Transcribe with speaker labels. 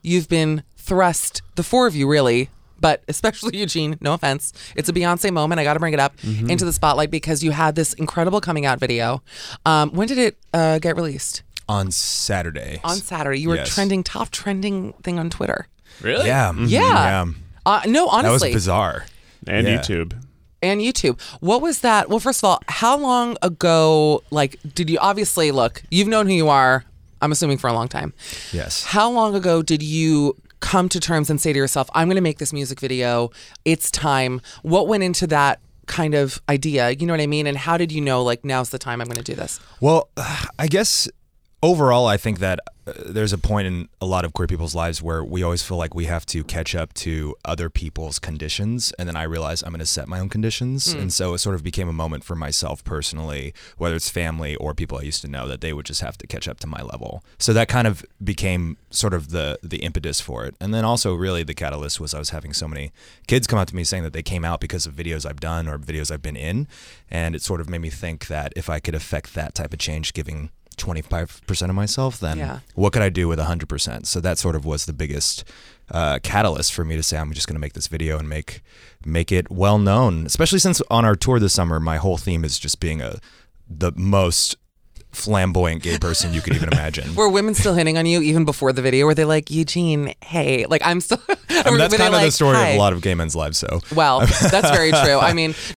Speaker 1: you've been thrust, the four of you really, but especially Eugene, no offense. It's a Beyonce moment. I got to bring it up
Speaker 2: Mm-hmm.
Speaker 1: into the spotlight because you had this incredible coming out video. Um, when did it uh, get released?
Speaker 2: on Saturday.
Speaker 1: On Saturday. You were
Speaker 2: Yes.
Speaker 1: trending, top trending thing on Twitter.
Speaker 3: Really?
Speaker 2: yeah,
Speaker 1: Yeah. Uh, no,
Speaker 2: That was
Speaker 1: honestly.
Speaker 2: bizarre.
Speaker 3: And
Speaker 2: Yeah.
Speaker 3: YouTube.
Speaker 1: and YouTube. What was that? Well, first of all, how long ago, like, did you obviously look, you've known who you are, I'm assuming for a long time.
Speaker 2: Yes.
Speaker 1: How long ago did you come to terms and say to yourself, I'm going to make this music video? It's time. What went into that kind of idea? You know what I mean? And how did you know, like, now's the time I'm going to do this?
Speaker 2: Well, I guess overall, I think that uh, there's a point in a lot of queer people's lives where we always feel like we have to catch up to other people's conditions. And then I realize I'm going to set my own
Speaker 1: Hmm.
Speaker 2: conditions. And so it sort of became a moment for myself personally, whether it's family or people I used to know, that they would just have to catch up to my level. So that kind of became sort of the, the impetus for it. And then also, really, the catalyst was I was having so many kids come up to me saying that they came out because of videos I've done or videos I've been in. And it sort of made me think that if I could affect that type of change, giving 25% of myself, then
Speaker 1: Yeah.
Speaker 2: what could I do with 100%? So that sort of was the biggest uh, catalyst for me to say, I'm just going to make this video and make, make it well known, especially since on our tour this summer, my whole theme is just being a, the most flamboyant gay person you could even imagine.
Speaker 1: Were women still hitting on you even before the video? Were they like, Eugene, hey, like, I'm still.
Speaker 2: I mean, that's kind of the story of a lot of gay men's lives. So
Speaker 1: Well, that's very true. I mean,